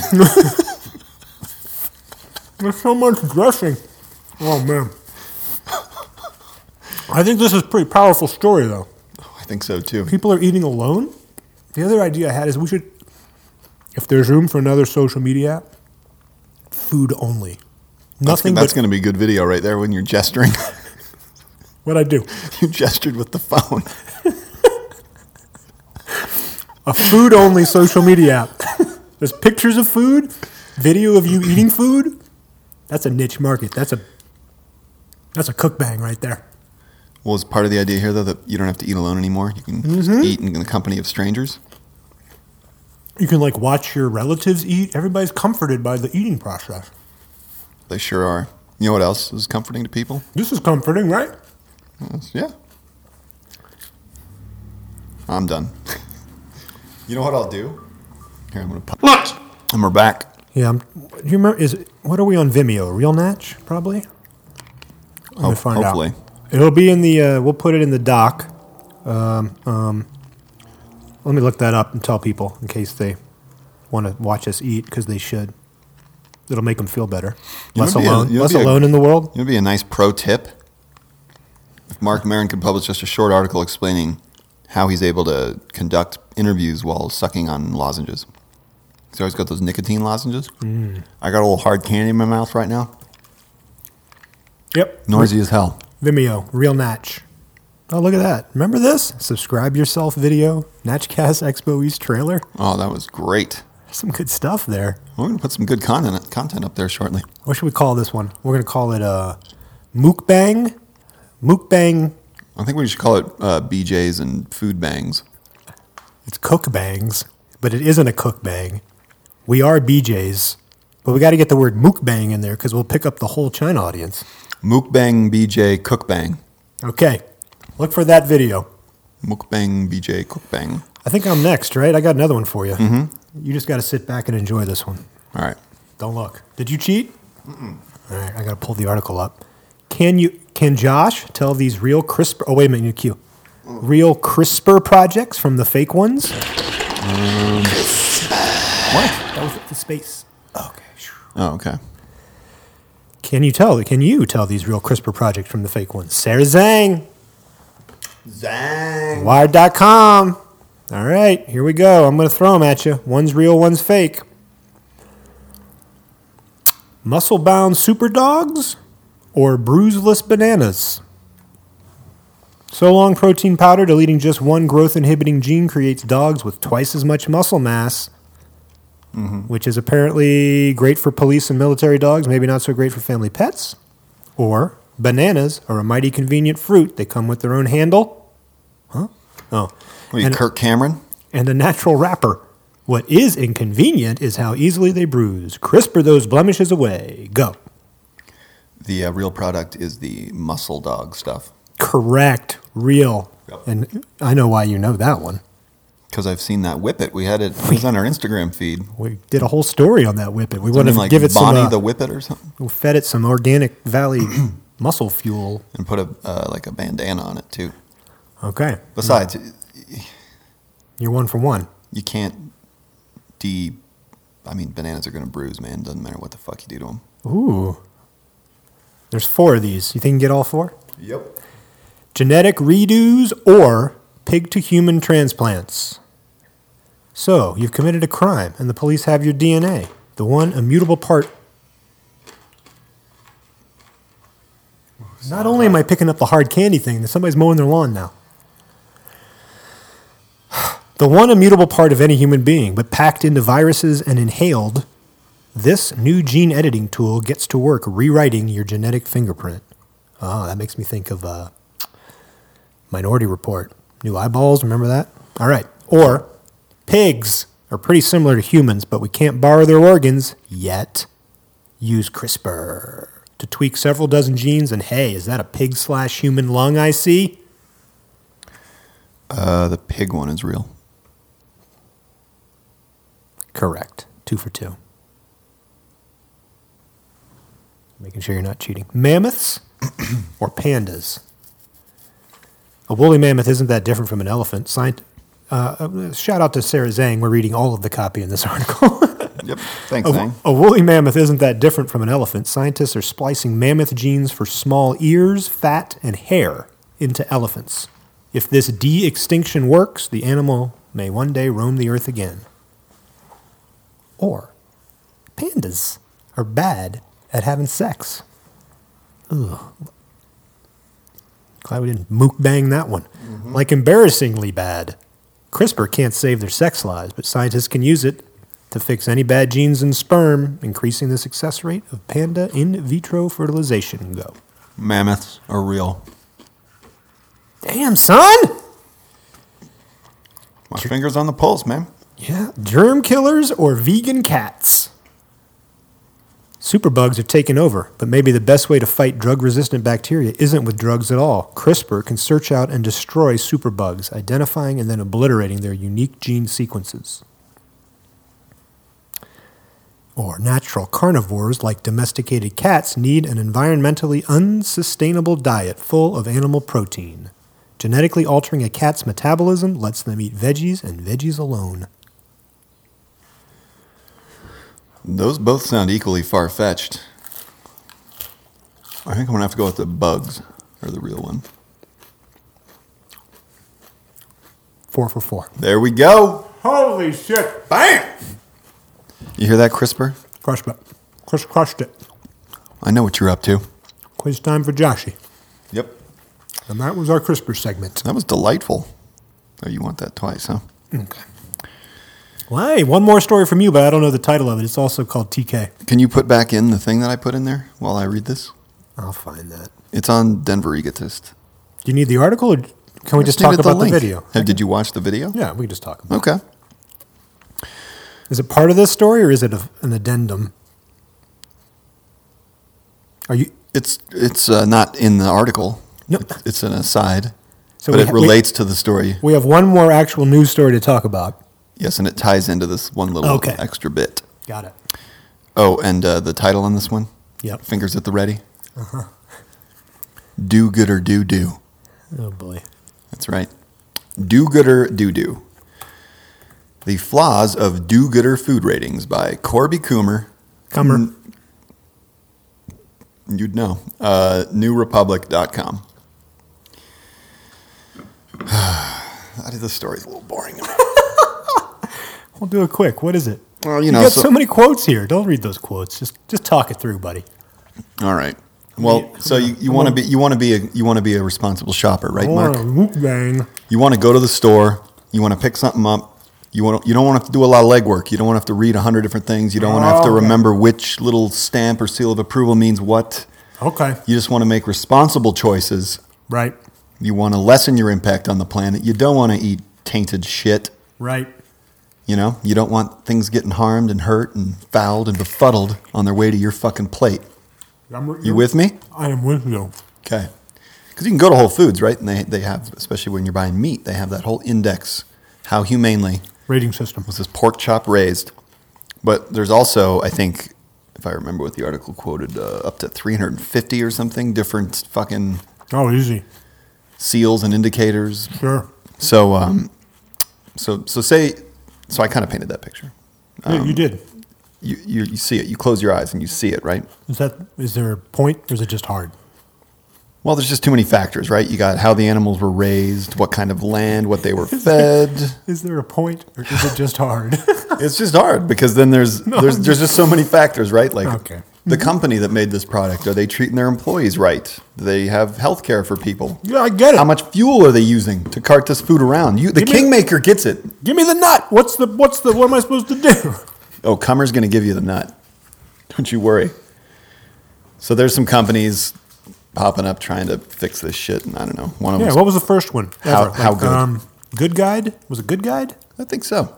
Speaker 4: There's so much dressing. Oh man. I think this is a pretty powerful story though.
Speaker 3: I think so, too.
Speaker 4: people are eating alone. The other idea I had is we should, if there's room for another social media app, food only.
Speaker 3: That's,
Speaker 4: Nothing
Speaker 3: that's
Speaker 4: but
Speaker 3: going to be good video right there when you're gesturing. [laughs]
Speaker 4: what I do.
Speaker 3: you gestured with the phone.
Speaker 4: A food only social media
Speaker 3: [laughs]
Speaker 4: app. there's pictures of food, video of you eating food. That's a niche market. That's a that's a cook bang right there.
Speaker 3: Well, is part of the idea here, though, that you don't have to eat alone anymore? You can just eat in the company of strangers.
Speaker 4: You can like watch your relatives eat. Everybody's comforted by the eating process.
Speaker 3: They sure are. You know what else is comforting to people?
Speaker 4: This is comforting, right?
Speaker 3: That's- Yeah. I'm done. [laughs] You know what I'll do? Here, I'm gonna pop.
Speaker 2: What?
Speaker 3: And we're back.
Speaker 4: Yeah. I'm, do you remember? Is what are we on Vimeo? Real Natch, probably. I'm gonna
Speaker 3: Ho-
Speaker 4: find out.
Speaker 3: hopefully.
Speaker 4: It'll be in the. Uh, we'll put it in the doc. Um, um, let me look that up and tell people in case they want to watch us eat because they should. It'll make them feel better.
Speaker 3: You
Speaker 4: Less
Speaker 3: would be a-
Speaker 4: alone.
Speaker 3: you would
Speaker 4: less
Speaker 3: be a-
Speaker 4: alone in the world.
Speaker 3: It'd be a nice pro tip. If Mark Marin could publish just a short article explaining how he's able to conduct interviews while sucking on lozenges. He's always got those nicotine lozenges. I got a little hard candy in my mouth right now.
Speaker 4: Yep.
Speaker 3: Noisy as hell.
Speaker 4: Vimeo, real Natch. Oh, look at that. Remember this? Subscribe yourself video, Natchcast Expo East trailer.
Speaker 3: Oh, that was great.
Speaker 4: Some good stuff there.
Speaker 3: We're gonna put some good content content up there shortly.
Speaker 4: What should we call this one? We're going to call it uh, Mookbang. Mookbang.
Speaker 3: I think we should call it uh, BJ's and food bangs.
Speaker 4: It's cook bangs, but it isn't a cook bang. We are BJs, but we got to get the word mookbang in there because we'll pick up the whole China audience.
Speaker 3: Mukbang BJ cookbang.
Speaker 4: Okay. Look for that video.
Speaker 3: Mukbang BJ cookbang.
Speaker 4: I think I'm next, right? I got another one for you. Mm-hmm. You just got to sit back and enjoy this one.
Speaker 3: All right.
Speaker 4: Don't look. Did you cheat? All right, I got to pull the article up. Can you? Can Josh tell these real CRISPR? Oh wait a minute, you cue. Real CRISPR projects from the fake ones. what? That was the space. Okay.
Speaker 3: Oh, okay.
Speaker 4: Can you tell? Can you tell these real CRISPR projects from the fake ones? Sarah Zhang,
Speaker 3: Zang.
Speaker 4: Wired.com. All right, here we go. I'm going to throw them at you. One's real, one's fake. Muscle bound super dogs or bruiseless bananas? So long protein powder deleting just one growth inhibiting gene creates dogs with twice as much muscle mass, which is apparently great for police and military dogs, maybe not so great for family pets. Or bananas are a mighty convenient fruit. They come with their own handle. Huh? Oh.
Speaker 3: What are you,
Speaker 4: and,
Speaker 3: Kirk Cameron?
Speaker 4: and a natural wrapper. What is inconvenient is how easily they bruise. Crisper those blemishes away. Go.
Speaker 3: The uh, real product is the muscle dog stuff.
Speaker 4: Correct. Real.
Speaker 3: Yep.
Speaker 4: And I know why you know that one.
Speaker 3: Because I've seen that whippet. We had it. It was on our Instagram feed.
Speaker 4: We did a whole story on that whippet. We
Speaker 3: Something
Speaker 4: wanted to
Speaker 3: like
Speaker 4: give it
Speaker 3: Bonnie
Speaker 4: some. Uh,
Speaker 3: the whippet or something,
Speaker 4: we fed it some
Speaker 3: [clears throat]
Speaker 4: organic valley muscle fuel.
Speaker 3: and put a uh, like a bandana on it too.
Speaker 4: Okay.
Speaker 3: Besides,
Speaker 4: You're one for one.
Speaker 3: you can't de. I mean, bananas are gonna bruise, man. Doesn't matter what the fuck you do to them.
Speaker 4: Ooh. There's four of these. You think you can get all four?
Speaker 3: Yep.
Speaker 4: genetic redos or pig to human transplants. So, you've committed a crime and the police have your DNA, the one immutable part. Not only am I picking up the hard candy thing, that somebody's mowing their lawn now. [sighs] The one immutable part of any human being, but packed into viruses and inhaled, this new gene editing tool gets to work rewriting your genetic fingerprint. Ah, that makes me think of uh, Minority Report. New eyeballs, remember that? All right. Or pigs are pretty similar to humans, but we can't borrow their organs yet. Use CRISPR to tweak several dozen genes, and hey, is that a pig slash human lung I see?
Speaker 3: Uh, the pig one is real.
Speaker 4: Correct. Two for two. Making sure you're not cheating. Mammoths [clears throat] or pandas? A woolly mammoth isn't that different from an elephant. Scient- uh, uh, shout out to Sarah Zhang. We're reading all of the copy in this [laughs] article.
Speaker 3: Yep. Thanks,
Speaker 4: A,
Speaker 3: Zang.
Speaker 4: a woolly mammoth isn't that different from an elephant. Scientists are splicing mammoth genes for small ears, fat, and hair into elephants. If this de extinction works, the animal may one day roam the earth again. Or pandas are bad at having sex. Ugh. Glad we didn't mook bang that one. Like embarrassingly bad. CRISPR can't save their sex lives, but scientists can use it to fix any bad genes in sperm, increasing the success rate of panda in vitro fertilization. Go.
Speaker 3: Mammoths are real.
Speaker 4: Damn, son!
Speaker 3: My fingers on the pulse, man.
Speaker 4: Yeah. Germ killers or vegan cats? Superbugs have taken over, but maybe the best way to fight drug resistant bacteria isn't with drugs at all. CRISPR can search out and destroy superbugs, identifying and then obliterating their unique gene sequences. Or natural carnivores like domesticated cats need an environmentally unsustainable diet full of animal protein. Genetically altering a cat's metabolism lets them eat veggies and veggies alone.
Speaker 3: Those both sound equally far fetched. I think I'm gonna have to go with the bugs or the real one.
Speaker 4: Four for four.
Speaker 3: There we go.
Speaker 4: Holy shit! Bang!
Speaker 3: You hear that, CRISPR?
Speaker 4: Crushed it. Crush, crushed it.
Speaker 3: I know what you're up to.
Speaker 4: Quiz time for Joshy.
Speaker 3: Yep.
Speaker 4: And that was our CRISPR segment.
Speaker 3: That was delightful. Oh, you want that twice, huh?
Speaker 4: Okay. Well, hey, one more story from you, but I don't know the title of it. It's also called TK.
Speaker 3: Can you put back in the thing that I put in there while I read this?
Speaker 4: I'll find that.
Speaker 3: It's on Denver Egotist.
Speaker 4: Do you need the article, or can we just
Speaker 3: Leave
Speaker 4: talk
Speaker 3: it
Speaker 4: about the,
Speaker 3: link.
Speaker 4: video?
Speaker 3: Hey, Did you watch the video?
Speaker 4: Yeah, we can just talk about.
Speaker 3: Okay.
Speaker 4: it. Is it part of this story, or is it a, an addendum? Are you?
Speaker 3: It's it's uh, not in the article.
Speaker 4: No.
Speaker 3: It- It's an aside,
Speaker 4: So
Speaker 3: but
Speaker 4: we
Speaker 3: it
Speaker 4: ha- we-
Speaker 3: relates to the story.
Speaker 4: We have one more actual news story to talk about.
Speaker 3: Yes, and it ties into this one little
Speaker 4: Okay.
Speaker 3: extra bit.
Speaker 4: Got it.
Speaker 3: Oh, and uh, the title on this one.
Speaker 4: Yep.
Speaker 3: Fingers at the ready. Do gooder do do.
Speaker 4: Oh boy.
Speaker 3: That's right. Do gooder do do. The flaws of do gooder food ratings by Corby Coomer.
Speaker 4: Comer.
Speaker 3: Mm, You'd know. Uh, [sighs] newrepublic.com. I think this story's a little boring. to me.
Speaker 4: We'll do it quick. What is it?
Speaker 3: Well, you
Speaker 4: You
Speaker 3: know,
Speaker 4: got
Speaker 3: so-
Speaker 4: so, many quotes here. Don't read those quotes. Just just talk it through, buddy.
Speaker 3: All right. Well, so you, you want to be you want to be a you want to be a responsible shopper, right, Mark?
Speaker 4: bang.
Speaker 3: You want to go to the store. You want to pick something up. You want you don't want to have to do a lot of legwork. You don't want to have to read a hundred different things. You don't want to have to
Speaker 4: Okay.
Speaker 3: remember which little stamp or seal of approval means what.
Speaker 4: Okay.
Speaker 3: You just want to make responsible choices.
Speaker 4: Right.
Speaker 3: You want to lessen your impact on the planet. You don't want to eat tainted shit.
Speaker 4: Right.
Speaker 3: You know, you don't want things getting harmed and hurt and fouled and befuddled on their way to your fucking plate.
Speaker 4: I'm,
Speaker 3: You with me?
Speaker 4: I am with you.
Speaker 3: Okay. Because you can go to Whole Foods, right? And they, they have, especially when you're buying meat, they have that whole index how humanely
Speaker 4: Rating system.
Speaker 3: was this pork chop raised. But there's also, I think, if I remember what the article quoted, uh, up to 350 or something different fucking
Speaker 4: Oh, easy.
Speaker 3: seals and indicators.
Speaker 4: Sure.
Speaker 3: So, um, so, so say, so I kind of painted that picture.
Speaker 4: Yeah,
Speaker 3: Um,
Speaker 4: you did.
Speaker 3: You, you, you see it, you close your eyes and you see it, right?
Speaker 4: Is that is there a point or is it just hard?
Speaker 3: Well, there's just too many factors, right? You got how the animals were raised, what kind of land, what they were fed.
Speaker 4: Is there a point or is it just hard?
Speaker 3: It's just hard because then
Speaker 4: [laughs]
Speaker 3: there's there's there's just so many factors, right? Like
Speaker 4: Okay. Mm-hmm.
Speaker 3: the company that made this product, are they treating their employees right? Do they have health care for people?
Speaker 4: [laughs] yeah, I get it.
Speaker 3: How much fuel are they using to cart this food around? You the
Speaker 4: Give me-
Speaker 3: kingmaker gets it.
Speaker 4: Give me the nut. What's the what's the what am I supposed to do?
Speaker 3: Oh, Comer's going to give you the nut. [laughs] Don't you worry. So there's some companies popping up trying to fix this shit, and I don't know. One of
Speaker 4: Yeah,
Speaker 3: them,
Speaker 4: what was the first one?
Speaker 3: How-
Speaker 4: ever? um,
Speaker 3: how good?
Speaker 4: good guide was it? Good guide?
Speaker 3: I think so.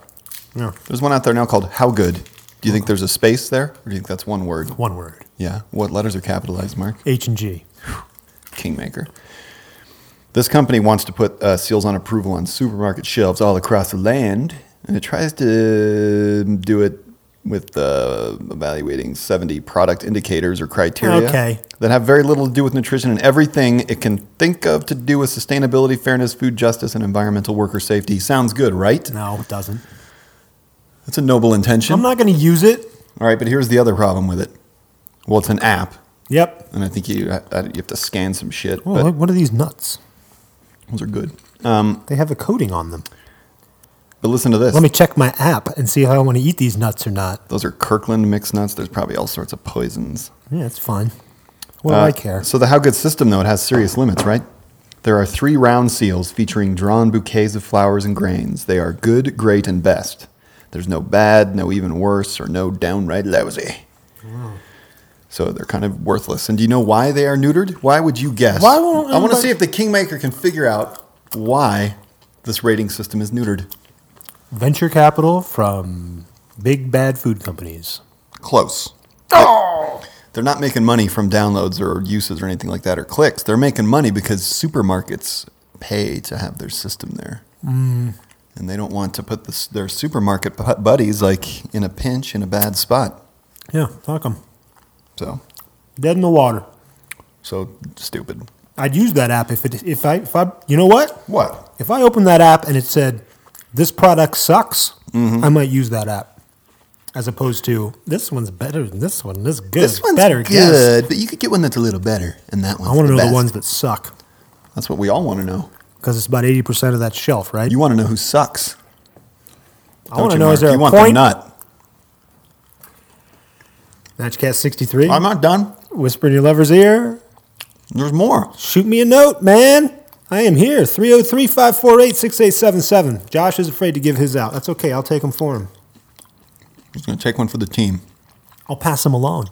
Speaker 4: No,
Speaker 3: There's one out there now called How Good. Do you think there's a space there, or do you think that's one word?
Speaker 4: one word.
Speaker 3: Yeah. What letters are capitalized, Mark?
Speaker 4: H and G.
Speaker 3: Kingmaker. This company wants to put uh, seals on approval on supermarket shelves all across the land, and it tries to um, do it with uh, evaluating 70 product indicators or criteria
Speaker 4: Okay.
Speaker 3: that have very little to do with nutrition and everything it can think of to do with sustainability, fairness, food justice, and environmental worker safety. Sounds good, right?
Speaker 4: No, it doesn't.
Speaker 3: That's a noble intention.
Speaker 4: I'm not going to use it.
Speaker 3: all right, but here's the other problem with it. Well, it's an app,
Speaker 4: Yep.
Speaker 3: and I think you, I, I- you have to scan some shit.
Speaker 4: Well,
Speaker 3: but
Speaker 4: Oh, what, what are these nuts?
Speaker 3: those are good.
Speaker 4: They have a coating on them.
Speaker 3: But listen to this.
Speaker 4: Let me check my app and see if I want to eat these nuts or not.
Speaker 3: Those are Kirkland mixed nuts. There's probably all sorts of poisons.
Speaker 4: Yeah, it's fine. What do
Speaker 3: Uh,
Speaker 4: I care?
Speaker 3: So the How Good system, though, it has serious limits, right? There are three round seals featuring drawn bouquets of flowers and grains. They are good, great, and best. There's no bad, no even worse, or no downright lousy. So they're kind of worthless. And do you know why they are neutered? Why would you guess?
Speaker 4: Why won't
Speaker 3: I want to
Speaker 4: anybody-
Speaker 3: see if the Kingmaker can figure out why this rating system is neutered.
Speaker 4: Venture capital from big bad food companies.
Speaker 3: Close.
Speaker 4: Oh.
Speaker 3: They're not making money from downloads or uses or anything like that or clicks. They're making money because supermarkets pay to have their system there.
Speaker 4: Mm.
Speaker 3: And they don't want to put this, their supermarket bu- buddies like in a pinch in a bad spot.
Speaker 4: Yeah, fuck them.
Speaker 3: So,
Speaker 4: Dead in the water.
Speaker 3: so stupid.
Speaker 4: I'd use that app if it if I if I you know what
Speaker 3: What?
Speaker 4: if I opened that app and it said this product sucks,
Speaker 3: Mm-hmm.
Speaker 4: I might use that app as opposed to this one's better than this one. This good,
Speaker 3: This one's
Speaker 4: better.
Speaker 3: good,
Speaker 4: guess."
Speaker 3: but you could get one that's a little better, and that one's
Speaker 4: I want to know
Speaker 3: best.
Speaker 4: the ones that suck.
Speaker 3: That's what we all want to know.
Speaker 4: because it's about 80% of that shelf, right?
Speaker 3: You want to know who sucks.
Speaker 4: I
Speaker 3: don't
Speaker 4: want to
Speaker 3: you,
Speaker 4: know,
Speaker 3: Mark?
Speaker 4: is there
Speaker 3: you
Speaker 4: a
Speaker 3: want the
Speaker 4: point?
Speaker 3: nut?
Speaker 4: Matchcast 63,
Speaker 3: I'm not done.
Speaker 4: whisper in your lover's ear.
Speaker 3: There's more.
Speaker 4: Shoot me a note, man. I am here, 303-548-6877. Josh is afraid to give his out. That's okay. I'll take him for him.
Speaker 3: I'm just going to take one for the team.
Speaker 4: I'll pass him along.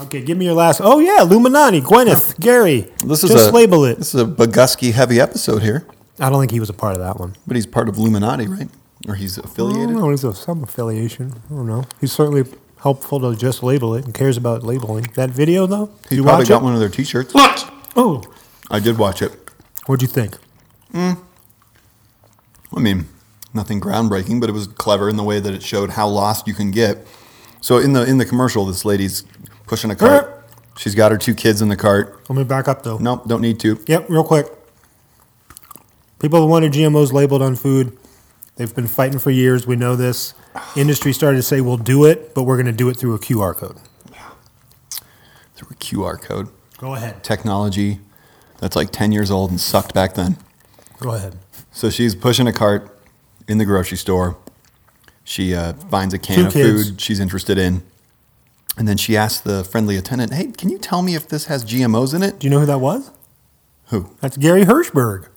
Speaker 4: Okay, give me your last. Oh, yeah, Luminati, Gwyneth, Gary.
Speaker 3: This is
Speaker 4: Just
Speaker 3: a,
Speaker 4: label it.
Speaker 3: This is a Bogusky heavy episode here,
Speaker 4: I don't think he was a part of that one.
Speaker 3: but he's part of Luminati, right? Or he's
Speaker 4: I
Speaker 3: affiliated.
Speaker 4: don't know. He's a, some affiliation. I don't know. He's certainly helpful to just label it and cares about labeling. That video, though? Did
Speaker 3: He
Speaker 4: you
Speaker 3: probably
Speaker 4: watch
Speaker 3: got
Speaker 4: it?
Speaker 3: one of their T-shirts.
Speaker 2: What?
Speaker 4: [laughs] Oh,
Speaker 3: I did watch it.
Speaker 4: what'd you think?
Speaker 3: I mean, nothing groundbreaking, but it was clever in the way that it showed how lost you can get. So in the in the commercial, this lady's pushing a cart. She's got her two kids in the cart.
Speaker 4: Let me back up, though.
Speaker 3: Nope, don't need to.
Speaker 4: Yep, real quick. People that wanted GMOs labeled on food, they've been fighting for years. We know this. Industry started to say, we'll do it, but we're going to do it through a QR code.
Speaker 3: Through a QR code.
Speaker 4: Go ahead.
Speaker 3: Technology that's like 10 years old and sucked back then.
Speaker 4: Go ahead.
Speaker 3: So she's pushing a cart in the grocery store. She uh, finds a can
Speaker 4: Two
Speaker 3: of
Speaker 4: kids.
Speaker 3: food she's interested in. And then she asks the friendly attendant, Hey, can you tell me if this has GMOs in it?
Speaker 4: Do you know who that was?
Speaker 3: Who?
Speaker 4: That's Gary Hirschberg,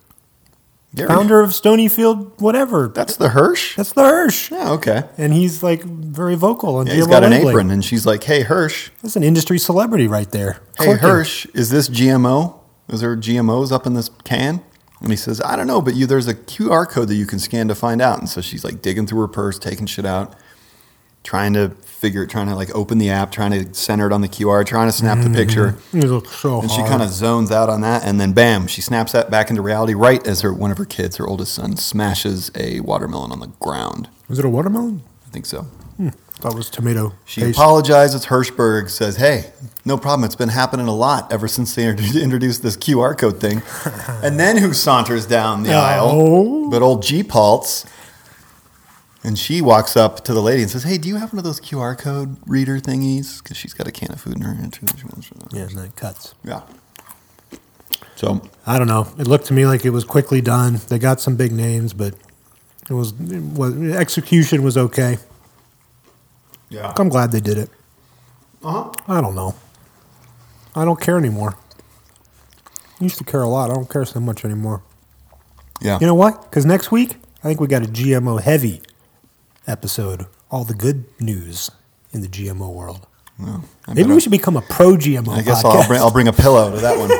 Speaker 3: Gary.
Speaker 4: founder of Stonyfield, whatever.
Speaker 3: That's the Hirsch?
Speaker 4: That's the Hirsch.
Speaker 3: Yeah, okay.
Speaker 4: And he's like very vocal on
Speaker 3: Yeah,
Speaker 4: GMO
Speaker 3: he's got an
Speaker 4: labeling.
Speaker 3: apron. And she's like, Hey, Hirsch.
Speaker 4: That's an industry celebrity right there.
Speaker 3: Hey,
Speaker 4: Clerking.
Speaker 3: Hirsch, is this GMO? Is there GMOs up in this can? And he says, I don't know, but you there's a QR code that you can scan to find out. And so she's like digging through her purse, taking shit out, trying to figure, trying to like open the app, trying to center it on the QR, trying to snap the picture.
Speaker 4: He looks so
Speaker 3: And she
Speaker 4: hard.
Speaker 3: kind of zones out on that, and then bam, she snaps that back into reality right as her one of her kids, her oldest son, smashes a watermelon on the ground.
Speaker 4: Is it a watermelon?
Speaker 3: I think so.
Speaker 4: That was tomato.
Speaker 3: She
Speaker 4: paste.
Speaker 3: apologizes. Hirschberg says, "Hey, no problem. It's been happening a lot ever since they [laughs] inter- introduced this QR code thing."
Speaker 4: [laughs]
Speaker 3: and then who saunters down the
Speaker 4: Oh.
Speaker 3: aisle? But old G Paltz. And she walks up to the lady and says, "Hey, do you have one of those QR code reader thingies? Because she's got a can of food in her hand." too. She wants-
Speaker 4: Yeah, and then it cuts.
Speaker 3: Yeah. So
Speaker 4: I don't know. It looked to me like it was quickly done. They got some big names, but it was, it was execution was okay.
Speaker 3: yeah,
Speaker 4: I'm glad they did it.
Speaker 3: Uh-huh.
Speaker 4: I don't know. I don't care anymore. I used to care a lot. I don't care so much anymore.
Speaker 3: yeah.
Speaker 4: You know what? Because next week, I think we got a GMO heavy episode. All the good news in the GMO world.
Speaker 3: I
Speaker 4: Maybe
Speaker 3: better-
Speaker 4: we should become a pro GMO.
Speaker 3: I guess
Speaker 4: podcast.
Speaker 3: I'll bring, I'll bring a pillow to
Speaker 4: [laughs]
Speaker 3: that one.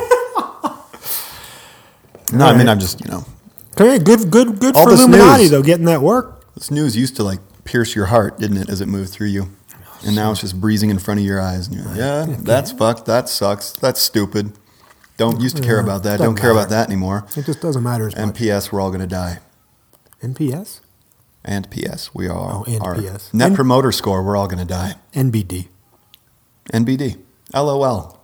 Speaker 3: no, I mean
Speaker 4: right.
Speaker 3: I'm just you know
Speaker 4: Okay, good, good, good
Speaker 3: All
Speaker 4: for
Speaker 3: this
Speaker 4: Illuminati
Speaker 3: news.
Speaker 4: though. Getting that work.
Speaker 3: This news used to like pierce your heart, didn't it, as it moved through you? And now it's just breezing in front of your eyes, and you're like, "Yeah, that's fucked. That sucks. That's stupid. Don't used to care about that.
Speaker 4: doesn't
Speaker 3: Don't care about that
Speaker 4: matter.
Speaker 3: anymore."
Speaker 4: It just doesn't matter as
Speaker 3: And
Speaker 4: much.
Speaker 3: P.S. We're all gonna die.
Speaker 4: NPS,
Speaker 3: And P.S. We are.
Speaker 4: Oh, and
Speaker 3: our
Speaker 4: PS.
Speaker 3: Net
Speaker 4: And-
Speaker 3: promoter score. We're all gonna die.
Speaker 4: NBD.
Speaker 3: NBD. LOL.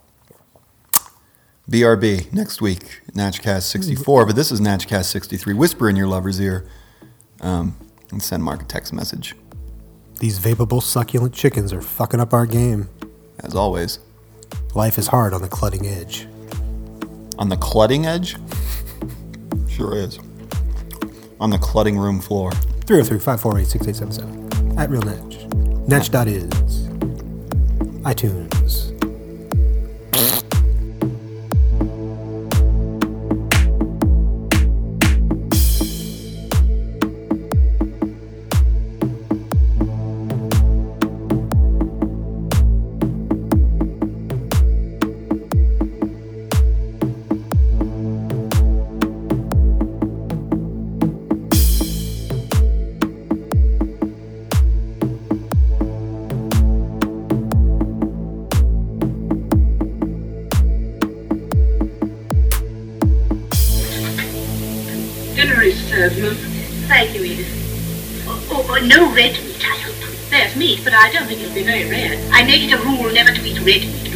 Speaker 3: BRB next week. Natchcast 64, but this is Natchcast 63. Whisper in your lover's ear, um, and send Mark a text message.
Speaker 4: These vapable succulent chickens are fucking up our game.
Speaker 3: As always,
Speaker 4: Life is hard on the cutting edge.
Speaker 3: On the clutting edge? Sure is. On the clutting room floor.
Speaker 4: 303-548-6877. At Real Natch. Natch.is. iTunes.
Speaker 5: Dinner is served, Mum.
Speaker 6: uh, Thank you, Edith. Oh, oh, no red meat, I hope.
Speaker 5: There's meat, but I don't think it'll be very red.
Speaker 6: I make it a rule never to eat red meat